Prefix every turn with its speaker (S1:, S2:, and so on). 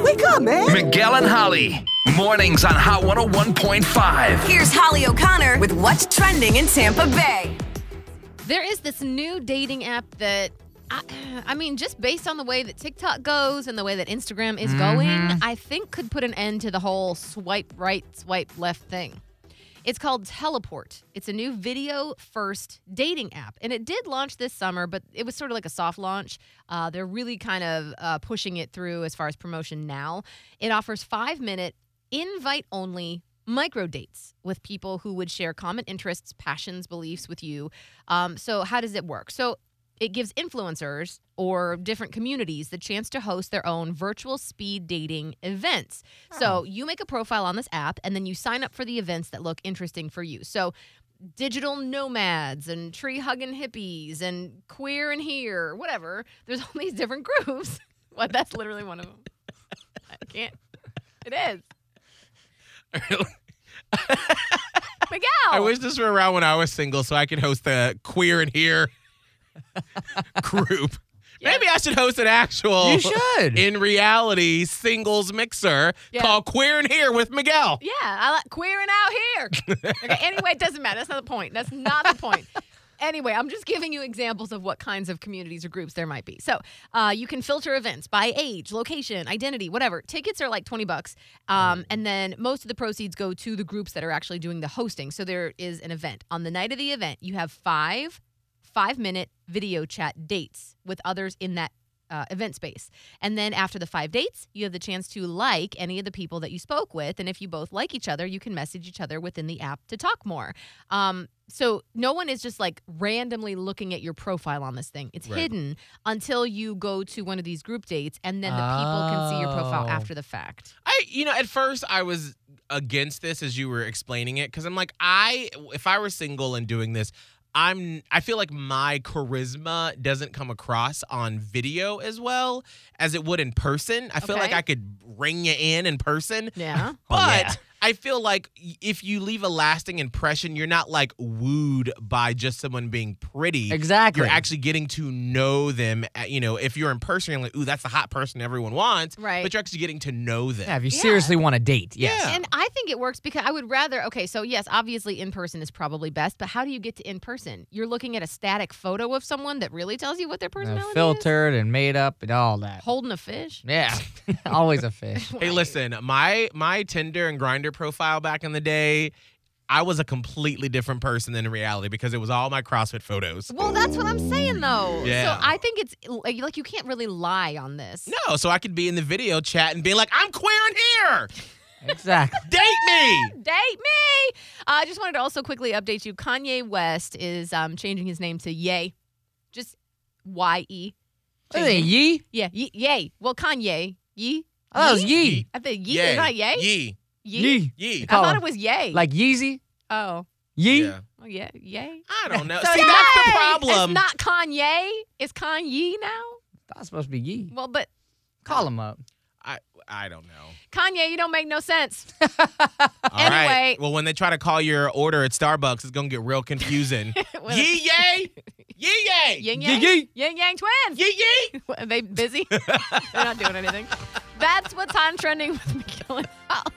S1: on, man.
S2: Miguel and Holly. Mornings on Hot 101.5.
S3: Here's Holly O'Connor with what's trending in Tampa Bay.
S4: There is this new dating app that, I, I mean, just based on the way that TikTok goes and the way that Instagram is going, I think could put an end to the whole swipe right, swipe left thing. It's called Teleport. It's a new video first dating app. And it did launch this summer, but it was sort of like a soft launch. Uh, they're really kind of uh, pushing it through as far as promotion now. It offers five minute, invite only micro dates with people who would share common interests, passions, beliefs with you. Um, so, how does it work? So, it gives influencers or different communities the chance to host their own virtual speed dating events. So you make a profile on this app and then you sign up for the events that look interesting for you. So digital nomads and tree hugging hippies and queer in here, whatever. There's all these different groups. well, that's literally one of them. I can't. It is. Miguel.
S5: I wish this were around when I was single so I could host the queer in here group.
S4: Yeah.
S5: Maybe I should host an actual
S6: You should.
S5: in reality singles mixer
S4: Yeah.
S5: called Queer in Here with Miguel.
S4: Yeah, I like queering out here. okay, anyway, it doesn't matter. That's not the point. That's not the point. Anyway, I'm just giving you examples of what kinds of communities or groups there might be. So uh, you can filter events by age, location, identity, whatever. Tickets are like 20 bucks. Um, and then most of the proceeds go to the groups that are actually doing the hosting. So there is an event. On the night of the event, you have five five minute video chat dates with others in that uh, event space. And then after the five dates, you have the chance to like any of the people that you spoke with. And if you both like each other, you can message each other within the app to talk more. Um, so no one is just like randomly looking at your profile on this thing. It's hidden until you go to one of these group dates, and then the people can see your profile
S6: Oh.
S4: after the fact.
S5: I, you know, at first I was against this as you were explaining it because I'm like, I, if I were single and doing this, I'm, I feel like my charisma doesn't come across on video as well as it would in person. I feel like
S4: Okay.
S5: I could ring you in in person,
S4: Yeah.
S6: Oh,
S5: but
S6: yeah.
S5: I feel like y- if you leave a lasting impression, you're not like wooed by just someone being pretty.
S6: Exactly.
S5: You're actually getting to know them. uh, You know, if you're in person, you're like, ooh, that's the hot person everyone wants.
S4: Right.
S5: But you're actually getting to know them.
S6: Yeah, if you
S4: Yeah.
S6: seriously want a date, yes.
S5: Yeah.
S4: And I think it works because I would rather, okay, so yes, obviously in person is probably best, but how do you get to in person? You're looking at a static photo of someone that really tells you what their
S6: Uh,
S4: personality is?
S6: filtered and made up and all that.
S4: Holding a fish?
S6: Yeah, always a fish.
S5: Hey, listen, my my Tinder and Grinder profile back in the day, I was a completely different person than in reality because it was all my CrossFit photos.
S4: Well, that's what I'm saying though.
S5: Yeah.
S4: So I think it's like like, you can't really lie on this.
S5: No, so I could be in the video chat and be like, "I'm queer in here.
S6: exactly.
S5: Date me."
S4: Date me. Uh, I just wanted to also quickly update you. Kanye West is um, changing his name to Ye, just Y E.
S6: What is it, Yee?
S4: Yeah, Ye. Yay. Well, Kanye Ye.
S6: Oh, that was
S4: Ye?
S6: Yee.
S4: I think Ye is not Ye.
S5: Yee.
S6: Yee.
S5: Yee.
S4: I
S6: Call
S4: thought
S6: him.
S4: it was Yay.
S6: Like Yeezy?
S4: oh,
S6: Yee?
S5: Yeah.
S4: oh yeah, Yay.
S5: I don't know.
S4: So
S5: Uh, See,
S4: it's
S5: that's the
S4: Ye.
S5: problem.
S4: It's not Kanye. It's Kanye now.
S6: That's supposed to be Yee.
S4: Well, but
S6: Call him up.
S5: I I don't know.
S4: Kanye, you don't make no sense.
S5: All right.
S4: Anyway.
S5: Well, when they try to call your order at Starbucks, it's gonna get real confusing.
S4: What a-
S5: yee yay. Yee yay.
S4: Yin
S6: Yee
S4: Yang.
S6: yee.
S4: Yin Yang twins.
S5: Yee yee.
S4: Are they busy? They're not doing anything. That's what's on trending with McKellen Holly.